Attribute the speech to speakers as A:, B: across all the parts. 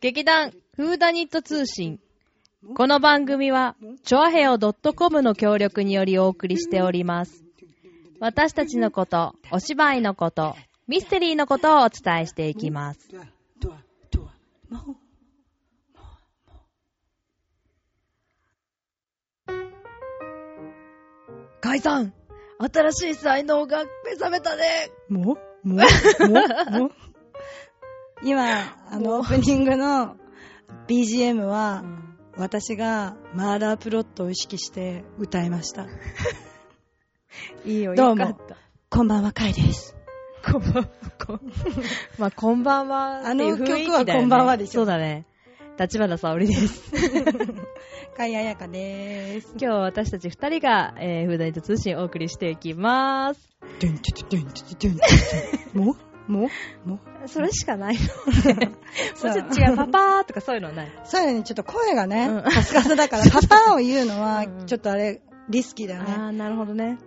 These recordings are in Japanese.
A: 劇団フーダニット通信。この番組は、チョアヘオ .com の協力によりお送りしております。私たちのこと、お芝居のこと、ミステリーのことをお伝えしていきます。
B: ドア、ドア、ドア、魔法。
A: 解散新しい才能が目覚めたね
B: もももも今、あの、オープニングの BGM は、私がマーダープロットを意識して歌いました。
A: いいよ、
B: どう
A: よ
B: も
A: かった。
B: こんばんは、カイです。
A: こんばんは。 まあ、こんばんはっていう雰囲気だよ、ね。
B: あの曲はこんばんはでしょ
A: そうだね。立花沙織 です。
B: カイアヤカでーす。
A: 今日私たち二人が、えー、フーダニット通信をお送りしていきます。
B: ドゥンチュチュドゥンチュチュドゥンチュチュももも
A: それしかないの
B: そう
A: もうちょっと違う、パパーとかそういうのはない。
B: そうだね、ちょっと声がね
A: うん、
B: カスカスだから、パパーを言うのは
A: うんう、ん
B: ちょっとあれ、リスキーだよ
A: あ
B: ね。
A: ー、なるほどね。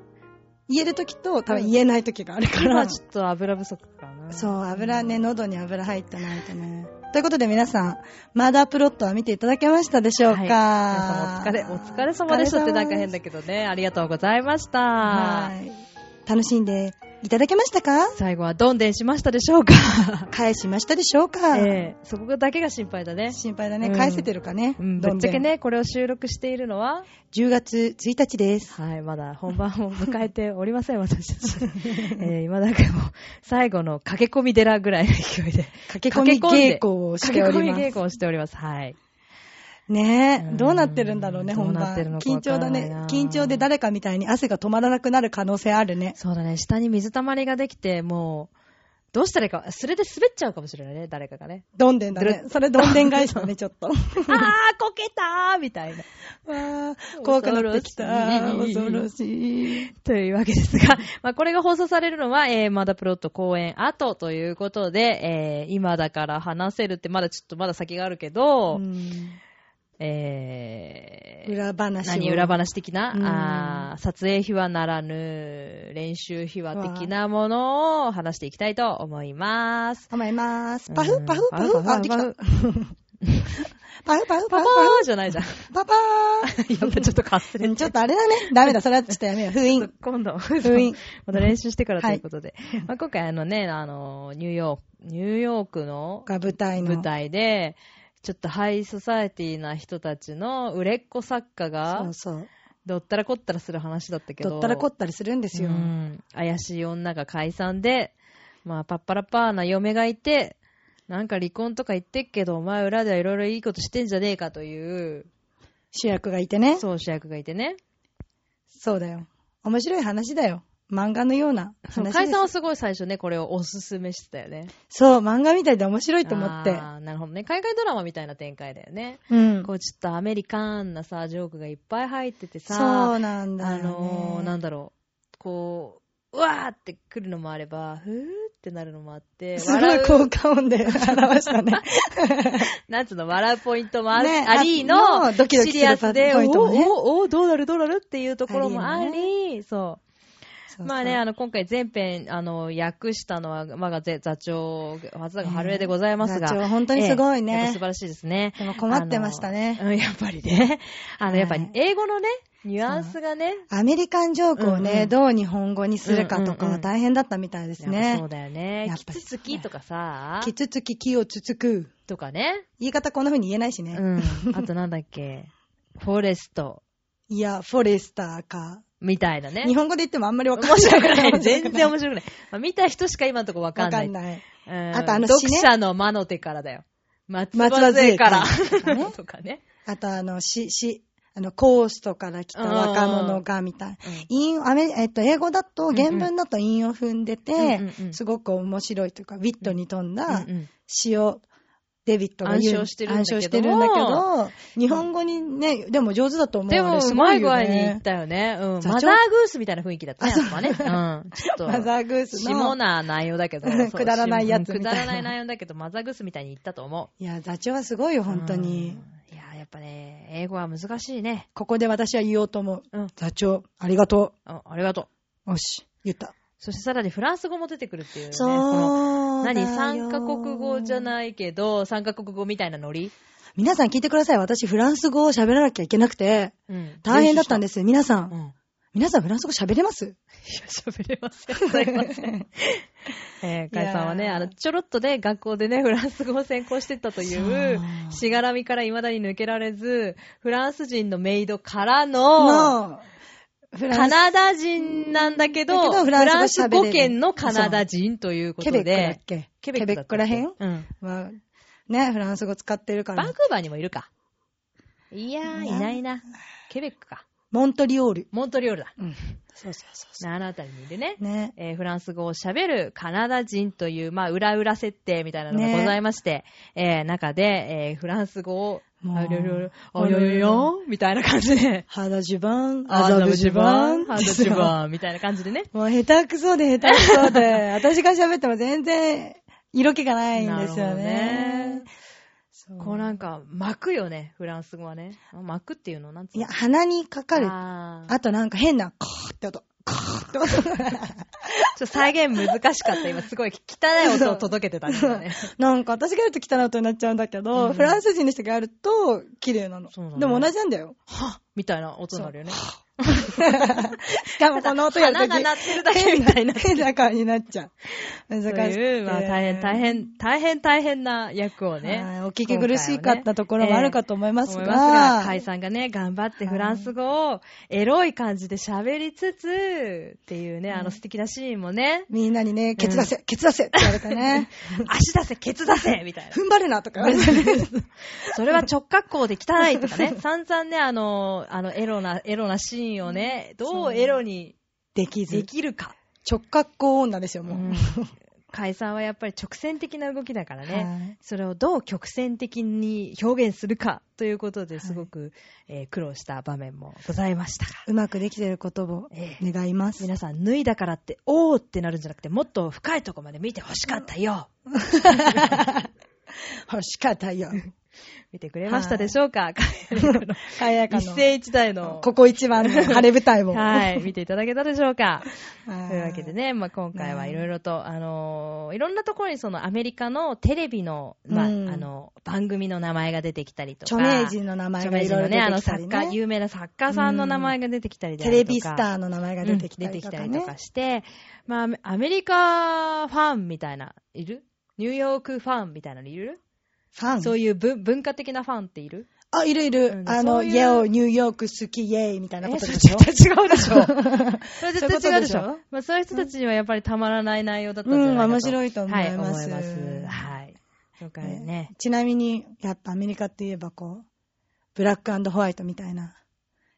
B: 言える時と、多分言えない時があるか
A: 今
B: ら
A: は。ちょっと油不足かな。
B: そう、油ね、喉に油入ってないとね。ということで皆さん、マーダープロットは見ていただけましたでしょうか、
A: はい皆様お疲れ、お疲れ様でしたってなんか変だけ
B: け
A: どね。ありがとうございました。
B: ど。はい。楽しんでいただけましたか
A: 最後はどんでんしましたでしょうか
B: 返しましたでしょうか、
A: ええそこだけが心配だね。
B: 心配だね。
A: うん
B: 返せてるかね。
A: うん、ぶ
B: ど
A: っ
B: ん
A: ち
B: で
A: ゃ
B: ん
A: け。ね、これを収録しているのは、
B: 10月1日です。
A: はい、まだ本番を迎えておりません、私たち。 えー、今だけもう、最後の駆け込み寺ぐらいの勢いで。
B: 駆け込み稽古をしており
A: 駆け込
B: ま
A: み稽
B: す。
A: 古をしております。はい。
B: ね
A: うん
B: え、どうなってるんだろうね、
A: どう
B: 本
A: な
B: 番
A: ってるの。か
B: 緊
A: わか
B: 張
A: ら
B: だ
A: ない
B: ね
A: な。
B: 緊張で誰かみたいに汗が止まらなくなる可能性あるね。
A: そうだね、下に水たまりができて、もう、どうしたらいいか、それで滑っちゃうかもしれないね、誰かがね。
B: どんでんだね。それどんでん返しだね、ちょっと。
A: あー、こけたーみたいな。
B: わー怖くなってき た。
A: 恐
B: 恐
A: ろ
B: ろしい。
A: というわけですが、 まあ、これが放送されるのは、えー、まだプロット公演後ということで、えー、今だから話せるって、まだちょっとまだ先があるけど、えー、
B: 裏話を。
A: 何裏話的
B: うん
A: な、あー撮影秘話ならぬ、練習秘話的なものを話していきたいと思います。
B: 甘えまーす。パフ
A: うん
B: パフパフあ、できた。パ
A: パ
B: フ
A: フ
B: パフパフパ
A: パパ
B: フパ
A: ーじゃないじゃん。
B: パパ
A: やっぱちょっとかすれ
B: ー。
A: て
B: ちょっとあれだね。ダ メだ、それはちょっとやめよう。封印。
A: 今度、
B: 封印
A: また練習してからと
B: はい
A: いうことで。 まあ、今回あのね、あの、ニューヨーク、ニューヨークの
B: が舞台の。
A: 舞台で、ちょっとハイソサエティな人たちの売れっ子作家
B: そ
A: が
B: う、そう。
A: どったらこったらする話だったけど。
B: どったらこったりするんですよ
A: う。ん怪しい女が解散で、まあ、パッパラパーな嫁がいて、なんか離婚とか言ってっけど、お前裏ではいろいろいいことしてんじゃねえかという、
B: 主役がいてね。
A: そう主役がいてね。
B: そうだよ。面白い話だよ。漫画のような
A: そう
B: 話
A: 解
B: です
A: 散。はすごい最初ね、これをおすすめしてたよね。
B: そう、漫画みたいで面白いと思って。
A: あーなるほどね。海外ドラマみたいな展開だよね。
B: うん
A: こ。うちょっとアメリカンなさ、ジョークがいっぱい入っててさ、
B: そうなんだよ
A: あ
B: ね。
A: のーなんだろう、こう、うわーって来るのもあれば、ふーってなるのもあって、
B: すごい
A: 笑う
B: 効果音で 表した ね。
A: なんつうの、笑うポイントもあ,、
B: ね
A: ありの、
B: あのドキド
A: シ
B: キす
A: リ
B: る
A: アスで、
B: ポイントもね
A: おおおどうなるどうなるっていうところもあり、
B: あり
A: そう。まあね、あの、今回全編、あの、訳したのは、我がぜ座長、松坂春江でございますが。
B: ええ座長本当にすごいね
A: ええやっぱ素晴らしいですね。
B: でも困ってましたね
A: あのうん、やっぱりね。 あの、やっぱ
B: はい
A: 英語のね、ニュアンスがね、
B: アメリカンジョークをね、
A: うんうん
B: どう日本語にするかとかは大変だったみたいです
A: やっぱ
B: ね
A: そう。だよね
B: や。っ
A: き
B: ぱり
A: つつきとかさ、
B: きつつききをつつく。
A: とかね。
B: 言い方こんな風に言えないしね。
A: うん。あとなんだっけ、フォレスト、
B: いや、フォレスターか。
A: みたいな ね。
B: 日本語で言ってもあんまりわかんな
A: 面
B: い。
A: 白くない。全然面白くない。 まあ、見た人しか今のとこわか
B: わ
A: んな
B: か
A: い。
B: んない。
A: うん
B: あとあの
A: 読
B: 詩ね
A: 者の魔の手からだよ。松
B: 松
A: 葉
B: 葉
A: 杖
B: 杖
A: か
B: からら。
A: とかね。
B: あとあの、し、し、あの、コーストから来た若者がみたいな。韻をアメえっと、英語だと、原文だと韻を踏んでて、
A: うんうんうん
B: すごく面白いというか、ウィットに富んだ
A: うんうん
B: 詩をデビットが言
A: 暗
B: う
A: 唱してるんだけども
B: 暗唱してるんだけど日本語にね、でも上手だと思う。
A: で
B: あ
A: も、
B: れす
A: う
B: ご
A: ま
B: い
A: い具
B: よ
A: 合に言っ
B: ね。
A: たよね。うん。
B: 座長
A: マザーグースみたいな雰囲気だったね、やっぱね。 うん。ちょっと。
B: マザーグース
A: 下
B: の。
A: な内容だ けど。
B: うんくだらないやつ
A: うん
B: み
A: く
B: た
A: だ
B: いな
A: らない内容だけど、マザーグースみたいに言ったと思
B: いや、座長はすごいよ、
A: う。
B: 本当に。
A: うん。いや、やっぱね、英語は難しいね。
B: ここで私は言おうと思う。
A: うん。
B: 座長、ありがと
A: あありがとう。
B: う。よし、言った。
A: そしてさらにフランス語も出てくるっていうね。
B: そう
A: この
B: だ
A: 何
B: よ。
A: 三カ国語じゃないけど、三カ国語みたいなノリ
B: 皆さん聞いてください。私、フランス語を喋らなきゃいけなくて、
A: うん。
B: 大変だったんですす。皆さ、
A: うんん。いや、
B: 皆さんフランス語喋れます
A: 喋れません。すいませ ん。えー、かえさんはいね、
B: やー
A: あの、ちょろっとね、学校でね、フランス語を専攻してたという
B: そ、う
A: しがらみから未だに抜けられず、フランス人のメイドからの、
B: の、フラ
A: カ
B: ンス、
A: ナダ人なんだけど、
B: だけど
A: フ
B: フラ
A: ラン
B: ンス
A: ス
B: 語喋れ
A: 語
B: る
A: 圏のカナダ人というこ
B: ケ
A: と
B: ベ
A: で、
B: ックだっけ
A: ケベックだったっけ
B: らへん
A: うん。
B: は、ね、フランス語使ってるか
A: バン
B: ら
A: ク。ーバーにもいるか。いやー、いないな。ケベックか。
B: モントリオール。
A: モントリオールだ。
B: うん。そうそうそうそ
A: あのあたりにいるね
B: う。。ね。
A: えーフランス語を喋るカナダ人という、まあ、裏裏設定みたいなのが
B: ね
A: ございまして、えー中で、えーフランス語を、
B: もう
A: ありょりょありょりょみたいな感じで、
B: ハダジュバン、
A: あぶじばん
B: ア
A: あぶ
B: ザブ
A: じ
B: ジュバ
A: ば
B: ン。
A: んみたいな感じでね。
B: もう下手くそで下手くそで、 私が喋っても全然色気がないんですよ
A: なるほど
B: ね
A: ね。
B: そう
A: こうなんか、巻くよね、フランス語はね。あ巻くっていうのなんつう
B: い
A: の
B: や、鼻にかかる。
A: あー
B: あとなんか変な、カーって音。カーって音が。
A: ちょっと再現難しかった。今すごい汚い音を届けてたね。 今ね
B: なんか私がやると汚い音になっちゃうんだけど、
A: うん
B: フランス人の人がやると綺麗なの。
A: そうだね
B: でも同じなん だよ。
A: みたいな音になるよね。
B: しかもこの音やるとき、
A: 花が鳴ってるだけみたいな。
B: 変な顔になっちゃう。難し
A: と
B: くて
A: いう、まあ大変大変、大変大変な役を
B: は
A: ね
B: い。お聞き苦しかったところもあるかと思いますが
A: ええ思カイさんがね、頑張ってフランス語をエロい感じで喋りつつ、っていうね、あの素敵なシーンもね、
B: みんなにね、ケツ出せ、ケツ出せって言われたね。
A: 足出せ、ケツ出せみたいな。
B: 踏ん張るな とか言われてね。
A: それは直角行で汚いとか ね、散々ね、あの、あの、エロな、エロなシーンをね、どうエロに
B: でき
A: で
B: ず。
A: きるか。
B: 直角行女ですよ、もう。
A: 解散はやっぱり直線的な動きだからね、
B: はい
A: それをどう曲線的に表現するかということですごく、えー苦労した場面もございましたが、
B: うまくできてることを
A: ええ
B: 願います。
A: 皆さん脱いだからって、おーってなるんじゃなくて、もっと深いとこまで見てほしかったよ。
B: 欲しかった よ。
A: 見てくれましたでしょう か、一
B: かやかの。
A: 世一代 の。
B: ここ一番の晴れ舞台を。
A: はい、見ていただけたでしょうか。
B: はい
A: というわけでね、まあ、今回はいろいろと、あのーいろんなところにそのアメリカのテレビの、まあ、
B: うん
A: あの、番組の名前が出てきたりとか。
B: 著名人の名前がいろい
A: 著名人
B: ろ出
A: のね、あの
B: てきた
A: 作
B: り
A: 家、
B: ね。
A: 有名な作家さんの名前が出てきたりだと
B: テ
A: か、
B: レビスターの名前が出てきた
A: うん出
B: り
A: て
B: と
A: きた
B: か
A: りと
B: ね
A: か。して、まあ、アメリカファンみたいな、いるニューヨークファンみたいなのいる、
B: ファン
A: そういう文文化的なファンっている
B: あ、いるいうる。
A: ん
B: あ
A: そ
B: の、
A: ういう
B: イエオ、ニューヨーク好きイエイみたいなことでしょ
A: えそれ絶対違うで しょそれ絶対違うでし
B: そういうこ
A: ょ
B: とでしょ
A: まあ、そういう人たちにはやっぱりたまらない内容だったんじゃないかと、
B: うん面白いと思いま
A: は
B: す
A: い、思います。はい。そうかね。
B: ちなみに、やっぱアメリカって言えばこう、ブラックホワイトみたいな。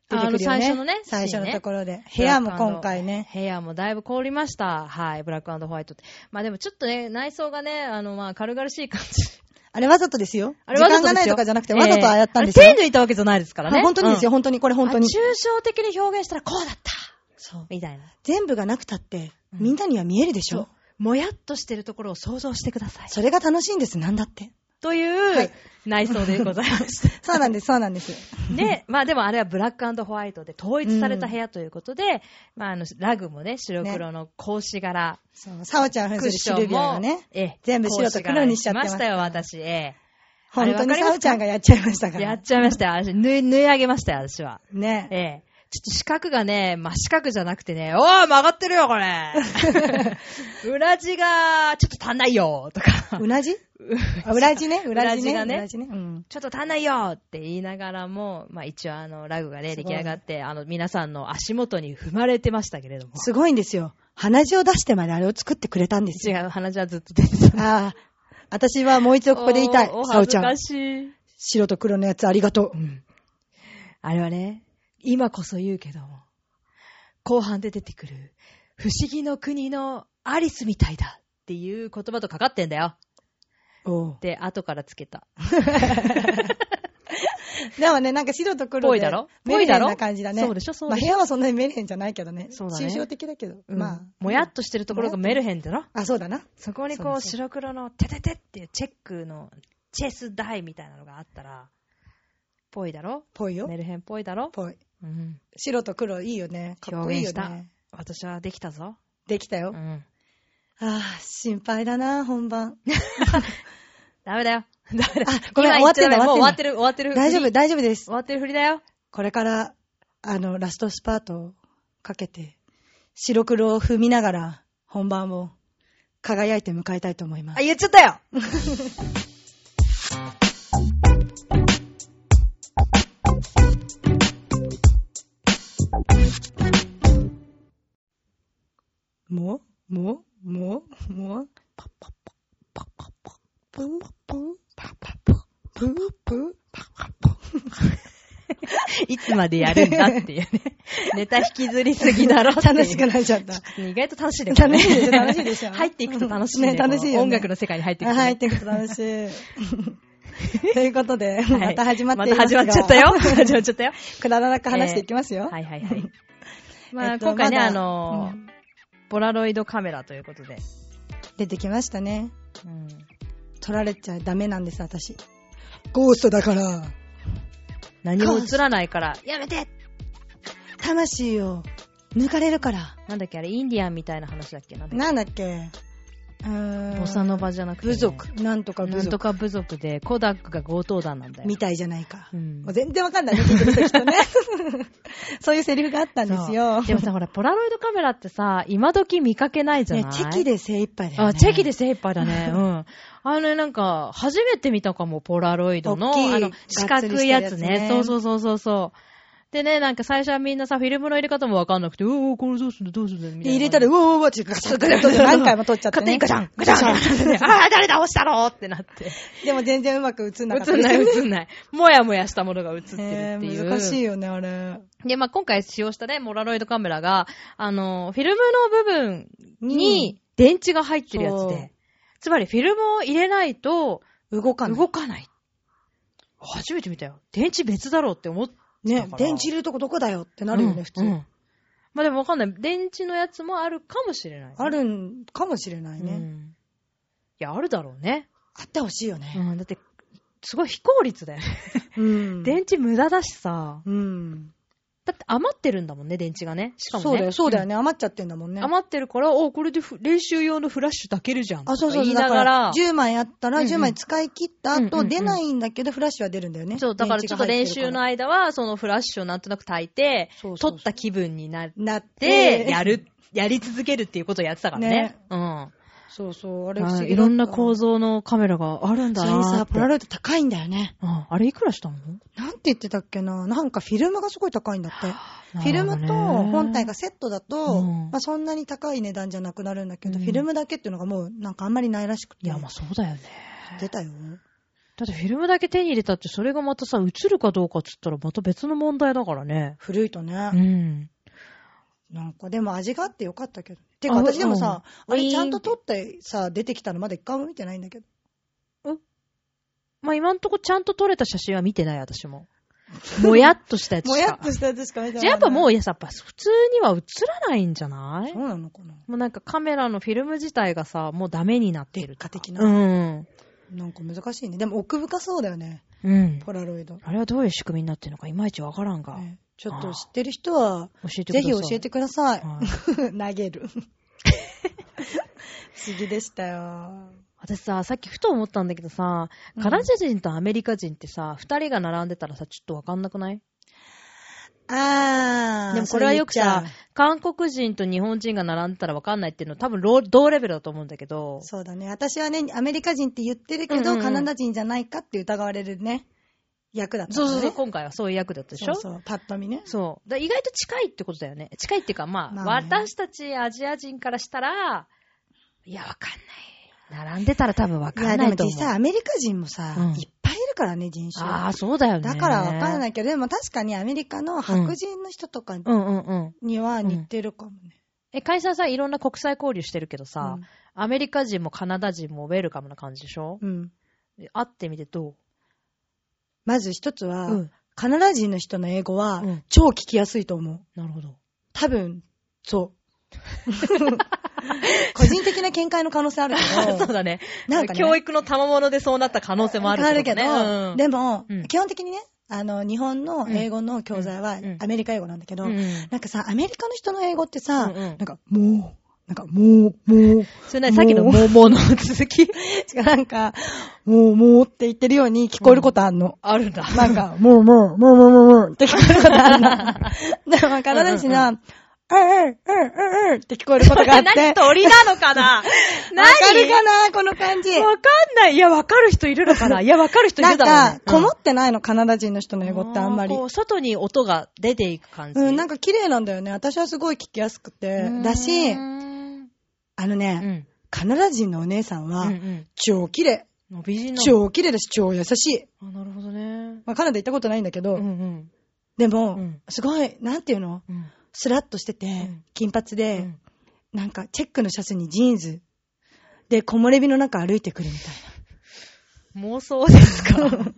B: 出てくるよね。
A: あの最初のね
B: 最初のところで。部
A: ブラ
B: 屋
A: ック
B: も今回ね。
A: 部屋もだいぶ凍りました。はい、ブラックホワイトって。まあでもちょっとね、内装がね、あの、まあ軽々しい感じ。
B: あれわざとですよ。
A: あれわざとで
B: 時間がな
A: す
B: い
A: よ
B: とかじゃなくて、わざとああやったんですよ。
A: ええあれ手抜いたわけじゃないですからね。
B: あ本当にですよ、
A: うん
B: 本当に。これ本当に
A: あ。抽象的に表現したらこうだった
B: そう
A: みたいな。
B: 全部がなくたって、みんなには見えるでしょ。
A: もやっとしてるところを想像してください。
B: それが楽しいんです、なんだって。
A: という、
B: はい
A: 内装でございました。
B: そうなんです、そうなんです。
A: で、まあでもあれはブラックホワイトで統一された部屋ということで、まああの、ラグもね、白黒の格子柄、
B: そう、サオちゃん扮す
A: クッ
B: る
A: シ
B: シ
A: ョ
B: ル
A: ン
B: ビアが
A: も、
B: ね、
A: ええ
B: 全部白と黒にしちゃって
A: 格
B: ま
A: 子柄にしまし
B: す
A: たよ、私。えあれ
B: 本当に
A: わかりますか
B: サオちゃんがやっちゃいましたか
A: え。や
B: ら
A: っ。ちゃいましたよ。私、縫い、縫い上げましたよ、私は。
B: ね。
A: ええ。ちょっと四角がね、真四角じゃなくてね、おー曲がってるよ、こ れ裏地が、ちょっと足んないよとか。
B: う なじあ、うらじね、うらじね。
A: 裏地がね
B: うらじね。うん。
A: ちょっと足んないよって言いながらも、まあ一応あの、ラグがね、
B: す
A: 出
B: ご
A: 来
B: い
A: 上がって、あの、皆さんの足元に踏まれてましたけれども。
B: すごいんですよ。鼻血を出してまであれを作ってくれたんです
A: 違
B: よ。
A: う、鼻じゃずっと出てた。
B: ああ。私はもう一度ここで言いたい
A: お。お
B: サオ
A: 恥
B: ち
A: ず
B: ゃ
A: か
B: ん。
A: しい。
B: 白と黒のやつありがとう。
A: あれはね、今こそ言うけども、後半で出てくる、不思議の国のアリスみたいだっていう言葉とかかってんだよ。
B: おう
A: で、後からつけた。
B: でもね、なんか白と黒で。
A: ぽいだろ
B: メリ
A: ぽいだ
B: ヘン
A: ろ
B: な感じだね。
A: そうでしょそう
B: ま
A: でし
B: あ
A: ょ
B: 部屋はそんなにメリヘンじゃないけどね。
A: そうだね
B: 抽象的だけど。
A: うん
B: まあ。
A: もやっとしてるところがメルヘンだろ
B: あ、そうだな。
A: そこに
B: そう
A: こ
B: そうう
A: 白黒のテテテっていうチェックのチェス台みたいなのがあったら、ぽいだろ
B: ぽいよ
A: メ。ルヘンっぽいだろ
B: ぽい。
A: うん。
B: 白と黒いいよね。かっこ
A: 表
B: いい
A: 現
B: よ
A: した
B: ね。。
A: 私はできたぞ。
B: できたよ。
A: うん。
B: ああ、心配だな、本番。
A: ダメだよ。ダメだよ。
B: あごめん
A: 今言っちゃダメもう
B: 終
A: 終
B: わ
A: わ
B: っ
A: っててる、終わってる。
B: 大丈夫、
A: 終
B: 大丈夫です。
A: わってる振りだよ。
B: これから、あの、ラストスパートをかけて、白黒を踏みながら、本番を輝いて迎えたいと思います。
A: あ、言っちゃったよ
B: ももももパッパッパッパッパッパッパッパッパッパッパッパッパッパッパッ
A: いつまでやるんだっていうね。ネタ引きずりすぎだろっていう
B: 楽しくなっち ゃった。
A: 意外と楽しいね。
B: 楽しいで
A: こ
B: しょ
A: れ
B: 楽しいでしょ
A: 入っていくと楽しいね。
B: ね楽しいよ
A: こ
B: ね
A: の音楽の世界に入っていくとね。
B: 入ってくと楽しい。 ということ
A: は
B: で、
A: い
B: また始まってい
A: また始
B: すが
A: まっちゃったよ。。 始まっちゃったよ。
B: くだらなく話していきますよ。
A: はいはいはい。ま
B: え
A: あ、
B: っと
A: 今回ね、
B: まだ
A: あの
B: う
A: ー、
B: ん
A: ポラロイドカメラということで。
B: 出てきましたね。
A: うん
B: 撮られちゃダメなんです、私。ゴーストだから、
A: 何も映らないから、やめて
B: 魂を抜かれるから。
A: なんだっけあれ、インディアンみたいな話だっけなんだっ
B: なんだっけうー
A: け
B: ん。
A: ボサノバじゃなくてね。
B: 部族。なんとか部
A: なんと
B: 族。
A: か部族で、コダックが強盗団なんだよ。
B: みたいじゃないか。
A: うん
B: もう全然わかんないね、聞いてる人き っとね。そういうセリフがあったんですよ。
A: そうでもさ、ほら、ポラロイドカメラってさ、今時見かけないじゃない、
B: ね、チェキで精一杯だよね。
A: あ、チェキで精一杯だ ね。うん。あれなんか、初めて見たかも、ポラロイドの、
B: 大きい
A: あの、四角いやつ
B: がっつりしてるやつ
A: ね
B: ね。
A: そうそうそうそうそう。でね、なんか最初はみんなさ、フィルムの入れ方もわかんなくて、うおーこれどうすんだ、どうすんだ、みた
B: で
A: いな。
B: 入れたら、うわうわってガチャガチャって何回も取っちゃって、
A: 勝手
B: ね。
A: にガチャン、ガチャンってなって、あー、誰だ、押したろってなって。
B: でも全然うまく映ん なかった
A: 映ん
B: です
A: ない、
B: よね。
A: 映んない。もやもやしたものが映ってるって
B: え
A: い
B: ー
A: う。
B: 難しいよね、あれ。
A: で、まあ、今回使用したね、モラロイドカメラが、あの、フィルムの部分に電池が入ってるやつ
B: そう
A: で、つまりフィルムを入れないと
B: 動かない。
A: 動かない。初めて見たよ。電池別だろうって思って
B: ね、電池いるとこどこだよってなるよね、普通。
A: うんまあでもわかんない。電池のやつもあるかもしれない、
B: あるんかもしれないね。
A: うんいや、あるだろうね。
B: あってほしいよね。
A: うん、だって、すごい非効率だよね。
B: うん。
A: 電池無駄だしさ。
B: うん。
A: だって余ってるんだもんね、電池がね。しかもね。
B: そうだよ、そうだよ
A: ん
B: ね。余っちゃってんだもんね。
A: 余ってるから、おこれでふ練習用のフラッシュだけるじゃん。
B: あ、そうそ
A: と
B: うそう。
A: か言
B: だ
A: いながら、
B: 10枚あったら、
A: うんうん
B: 10枚使い切っ
A: う
B: た
A: んうんう
B: 後、
A: ん
B: 出ないんだけど、フラッシュは出るんだよね。
A: そう、だからちょっと練習の
B: 電
A: 間は、そのフラッシュをなんとなく焚いて、
B: そうそうそう
A: 取った気分になっ
B: 池が入ってるから。なって、
A: て、や。る、やり続けるっていうことをやってたからね。
B: ね
A: うん。
B: そうそう、あれ不
A: あ
B: 思議だった
A: いろんな構造のカメラがあるんだ
B: それに
A: なー
B: さ、
A: って
B: ポラロイド高いんだよね。
A: うんあれいくらしたの
B: なんて言ってたっけななんかフィルムがすごい高いんだって。フィルムと本体がセットだと、
A: うん
B: まあ、そんなに高い値段じゃなくなるんだけど、
A: うん
B: フィルムだけっていうのがもうなんかあんまりないらしくて。
A: いや、まあそうだよね。
B: 出たよ。
A: だってフィルムだけ手に入れたって、それがまたさ、映るかどうかっつったらまた別の問題だからね。
B: 古いとね。
A: うん。
B: なんかでも味があってよかったけど。てか
A: あ
B: 私でもさ、
A: うん
B: あれちゃんと撮ってさ、出てきたのまだ一回も見てないんだけど。
A: まあ今んとこちゃんと撮れた写真は見てない、私 も。もやっとしたやつ
B: も
A: し
B: や
A: か
B: っ。としたやつしか見てない。
A: じゃあやっぱも
B: う。
A: う、いやさ、やっぱ普通には映らないんじゃない
B: そうなのかな
A: もうなんかカメラのフィルム自体がさ、もうダメになって
B: 劣
A: る。
B: 化的
A: う
B: な。
A: ん。
B: なんか難しいね。でも奥深そうだよね。
A: うん。
B: ポラロイド。
A: あれはどういう仕組みになってるのかいまいちわからんが。
B: ねちょっと知ってる人は、
A: 教えてくださ
B: ぜ
A: い。
B: ひ教えてください。
A: は
B: 投げる。不思議でしたよ。
A: 私さ、さっきふと思ったんだけどさ、
B: うん
A: カナダ人とアメリカ人ってさ、二人が並んでたらさ、ちょっとわかんなくない
B: あー。
A: でもこれはよくさ
B: それ言っちゃ、
A: 韓国人と日本人が並んでたらわかんないっていうのは多分ロー同レベルだと思うんだけど
B: う、そうだね。私はね、アメリカ人って言ってるけ
A: うんう
B: ど、
A: んうん
B: カナダ人じゃないかって疑われるね、役だった、ね。
A: そうそうそう、今回はそういう役だったでしょ
B: そうそうパッと見ね。
A: そう。だ意外と近いってことだよね。近いっていうか、まあ、
B: まあね
A: 私たちアジア人からしたら、いや、わかんない。並んでたら多分わ
B: い
A: か
B: や、
A: ん
B: で
A: な
B: も
A: いと思
B: 実
A: う。
B: 際アメリカ人もさ、
A: うん
B: いっぱいいるからね、人種。
A: ああ、そうだよね。。
B: だからわからないいけど、でも確かにアメリカの白人の人とか
A: うんうんうん。
B: には似てるかもね。
A: え、会社はさ、いろんな国際交流してるけどさ、
B: うん
A: アメリカ人もカナダ人もウェルカムな感じでしょ、
B: うん。
A: で会ってみてど
B: まず一つ
A: う
B: は、
A: うん。
B: カナダ人の人の英語は
A: うん
B: 超聞きやすいと思う。
A: なるほ ど。
B: 多分、 そう。個人的な見解の可能性あるけ
A: そう
B: ど、
A: だね。
B: なんか、ね、
A: 教育の賜物でそうなった可能性もある
B: あ
A: って
B: る
A: こと
B: けど、
A: ねうん
B: でも、
A: うん
B: 基本的にね、あの、日本の英語の教材は
A: うん
B: アメリカ英語なんだけど、
A: うん
B: なんかさ、アメリカの人の英語ってさ、
A: うんうん
B: なんか、もう、なんか、もう、もう、
A: それなにさっきのもうもうの続き
B: 違うなんか、もう、もうって言ってるように聞こえることあんの。
A: あるんだ。
B: なんか、もう、もう、もう、もう、もう、もうって聞こえることあんの。 でも、体自身は、うんうん、うん、うん、うんって聞こえるこ とがあって。
A: 何鳥なのかな何
B: わかるかなこの感じ。
A: わかんない。いや、わかる人いるのかないや、わかる人い
B: な
A: る
B: ん
A: だろうね
B: か、こも
A: うん
B: ってないの、カナダ人の人の英語ってあんまり
A: こ。う外に音が出ていく感じ。
B: うん、なん
A: か、
B: か綺麗なんだよね。私はすごい聞きやすくて。だし、
A: うん。
B: あの
A: う
B: ね、
A: ん
B: カナダ人のお姉さん
A: う
B: は、
A: ん。
B: 超綺麗。
A: の美人なの。
B: 超綺麗だし、超優しい。
A: あ、なるほどね。
B: まあ、カナダ行ったことないんだけ
A: う
B: ど、
A: んうん。
B: でも、
A: うん
B: すごい、なんていうの
A: うん
B: スラッとしてて、
A: ん
B: 金髪
A: う
B: で、
A: ん
B: なんか、チェックのシャツにジーンズ。で、木漏れ日の中歩いてくるみたい
A: 妄想ですか な
B: な。
A: る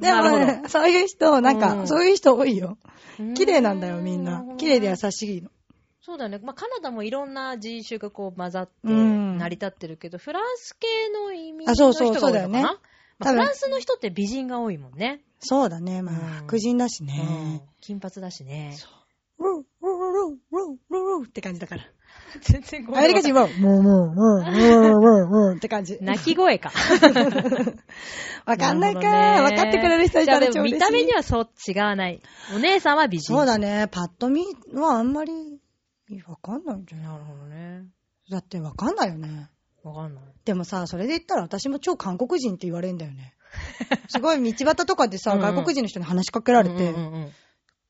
B: で
A: ほ
B: も
A: ど
B: ね、そういう人、なんか、
A: うん
B: そういう人多いよ。
A: うん
B: 綺麗なんだよ、みん
A: なる
B: な
A: ほど。ね
B: 綺麗で優しいの。
A: そうだね。まあ、カナダもいろんな人種がこう混ざって
B: うん
A: 成り立ってるけど、フランス系の移民の
B: あ
A: 人
B: そう
A: が多
B: そ
A: いうのかな。
B: そうだよね
A: まあ、
B: 多
A: フ
B: 分
A: ランスの人って美人が多いもんね。
B: そうだね、まあ
A: うん、
B: 白人だし
A: うん
B: ね。
A: 金髪だしね。
B: うーうーうーうーうーうーって感じだから。
A: 全然ご
B: アメリカ人は、もうもうもうもうもうもうって感じ。
A: 泣き声か。
B: わかんないか
A: るほどね
B: わかってくれる人いたら
A: じゃ
B: 超
A: あ
B: 嬉しい。
A: 見た目にはそう違わない。お姉さんは美人。
B: そうだね、パッと見はあんまり、わかんないんじゃない
A: なるほどね。
B: だってわかんないよね。
A: わかんない。
B: でもさ、それで言ったら私も超韓国人って言われるんだよね。すごい道端とかで さ、
A: うんうん
B: 外国人の人に話しかけられて、
A: うんうんうん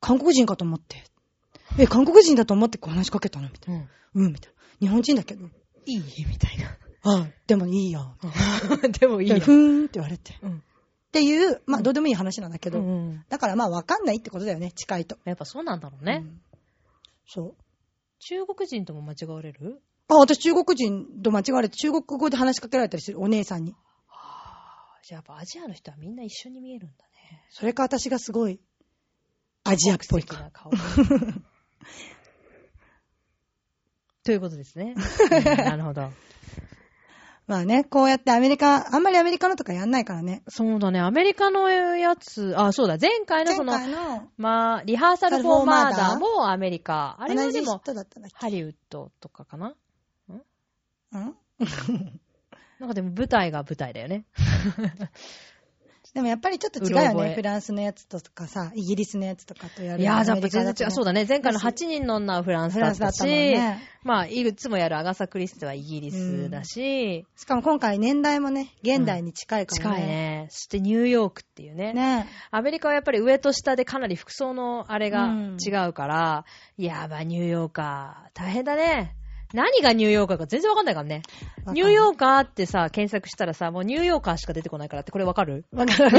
B: 韓国人かと思って。え、韓国人だと思ってこう話しかけたのみたい
A: うん。
B: な。うん、みたいな。日本人だけど。
A: いいみたいな。
B: あ、でもいいよ。
A: でもいいや。
B: ふーんって言われて。っ
A: うん
B: ていう、まあ、どうでもいい話なんだけ
A: う
B: ど。
A: んうん
B: だからまあ、わかんないってことだよね、近いと。
A: やっぱそうなんだろうね。
B: うんそう。
A: 中国人とも間違われる
B: あ、私中国人と間違われて中国語で話しかけられたりする、お姉さんに。
A: じゃあやっぱアジアの人はみんな一緒に見えるんだね。
B: それか私がすごい、アジアっぽ
A: 国
B: い
A: 籍
B: か。
A: な 顔。ということです ね。うんなるほど。
B: まあね、こうやってアメリカ、あんまりアメリカのとかやんないからね。
A: そうだね。アメリカのやつ、あ、そうだ。前回の
B: 前
A: その、
B: 回の、
A: まあ、リハーサルフォーマーダーもアメリカ。あれは
B: 同
A: で
B: じ人
A: も、
B: だったんだっ
A: ハリウッドとかかな
B: けん
A: なんかでも舞台が舞台だよね。
B: でもやっぱりちょっと違
A: う
B: う
A: ろ
B: よ
A: 覚え
B: ね。フランスのやつとかさ、イギリスのやつとかとやる。
A: いやー、
B: じ
A: じ
B: ゃ
A: ゃあ全然違う。そうだね。前回の8人の女はフランス
B: フ
A: だ
B: ラ
A: っ
B: ンスだ
A: た
B: った
A: し、
B: もんね。
A: まあ、いつもやるアガサ・クリステはイギリスだし、
B: しかも今回年代もね、現代に近いから
A: 近い。ね。そしてニューヨークっていうね。
B: ね。
A: アメリカはやっぱり上と下でかなり服装のあれが
B: うん
A: 違うから、いやば、ニューヨーカー、大変だね。何がニューヨーカーか全然わかんないからね。
B: かんな
A: ニ
B: い
A: ューヨーカーってさ、検索したらさ、もうニューヨーカーしか出てこないからって、これわかる
B: わかる。ニュ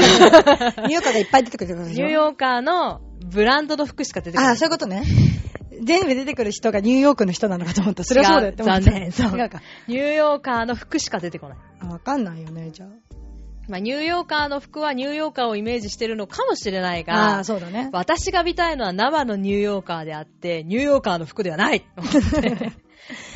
B: ーヨーカーがいっぱい出てくるってことで
A: ニ
B: し
A: ュ
B: ょ
A: ーヨーカーのブランドの服しか出てこない。
B: ああ、そういうことね。全部出てくる人がニューヨークの人なのかと思った。それはそうだよって思っ
A: 違
B: た。
A: う残念そう
B: 違うか。
A: ニューヨーカーの服しか出てこない。
B: あわかんないよね、じゃ
A: まあ、ニューヨーカーの服はニューヨーカーをイメージしてるのかもしれない
B: あ。ああ
A: が
B: ー、、そうだね。
A: 私が見たいのは生のニューヨーカーであって、ニューヨーカーの服ではないと思 って、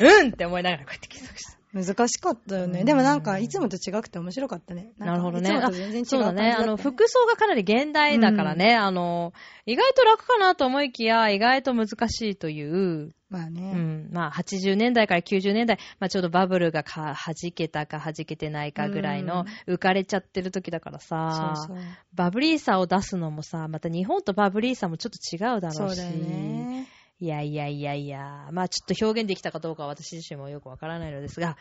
A: うんって思いながらこうやって検索した。
B: 難しかったよ
A: う
B: ね。
A: ん
B: でもなんか、いつもと違くて面白かったね。んか
A: なるほどね。
B: いつも
A: あ
B: と全然違う感じ
A: そうだね。あの、
B: 服。
A: 服装がかなり現代だからね、あの、意外と楽かなと思いきや、意外と難しいという、
B: まあ
A: う
B: ね。
A: ん、まあ、80年代から90年代、まあ、ちょうどバブルがか弾けたか弾けてないかぐらいの、浮かれちゃってる時だからさ、
B: そうそう。
A: バブリーさを出すのもさ、また日本とバブリーさもちょっと違うだ
B: そ
A: ろう
B: う
A: し、
B: だよね。
A: いやいやいやいや、まあちょっと表現できたかどうかは私自身もよくわからないのですが、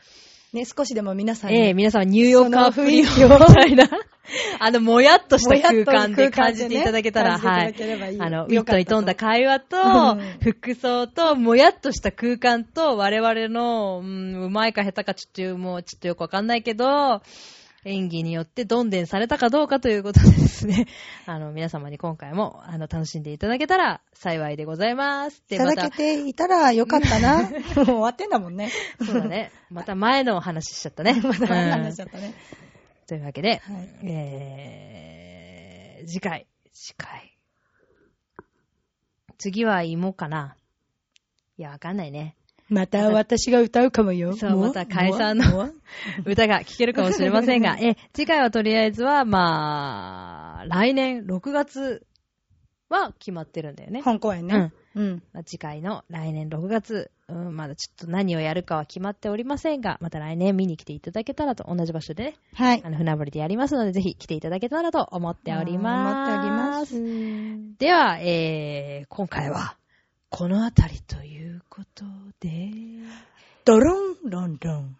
B: ね、少しでも皆さん
A: ええ
B: に、
A: 皆さんニューヨーカー
B: そ
A: フ
B: の
A: リ
B: 雰
A: ー
B: 囲
A: み
B: 気を
A: たいな、 あの、もやっとし
B: ぼ
A: た
B: やっと
A: 空間で感
B: 空間
A: じ
B: でね
A: ていただけたら、は
B: 感
A: い
B: じていただければい。い
A: あの、ウィ
B: よ
A: ッ
B: か
A: ト
B: ったと
A: に富んだ会話と、
B: うん
A: 服装と、もやっとした空間と、我々の、うん、うまいか下手かちょっと、もうちょっとよくわかんないけど、演技によってどんでんされたかどうかということでですね、 あの、皆様に今回も、あの、楽しんでいただけたら幸いでございます。
B: い
A: で、
B: た
A: ま
B: だ
A: た
B: け、ていたらよかったな。 もう終わってんだもんね。
A: そうだね。また前のお話ししちゃったね。
B: まだ話しち
A: う
B: ゃったね。
A: んというわけで、
B: はい。
A: えー、次回、次回。次は芋かないや、わかんないね。
B: また私が歌うかもよ。
A: そう
B: も
A: また解散の
B: も
A: 歌が聴けるかもしれませんが、え、次回はとりあえずは、まあ、来年6月は決まってるんだよね。
B: 本公演ね。うん。
A: まあ次回の来年6月、うん、まだちょっと何をやるかは決まっておりませんが、また来年見に来ていただけたらと、同じ場所でね、
B: はい
A: あ。の船堀でやりますので、ぜひ来ていただけたらと思っております。
B: 思っております。
A: では、えー、今回は、このあたりということで、
B: ドロン、ロン、ロン。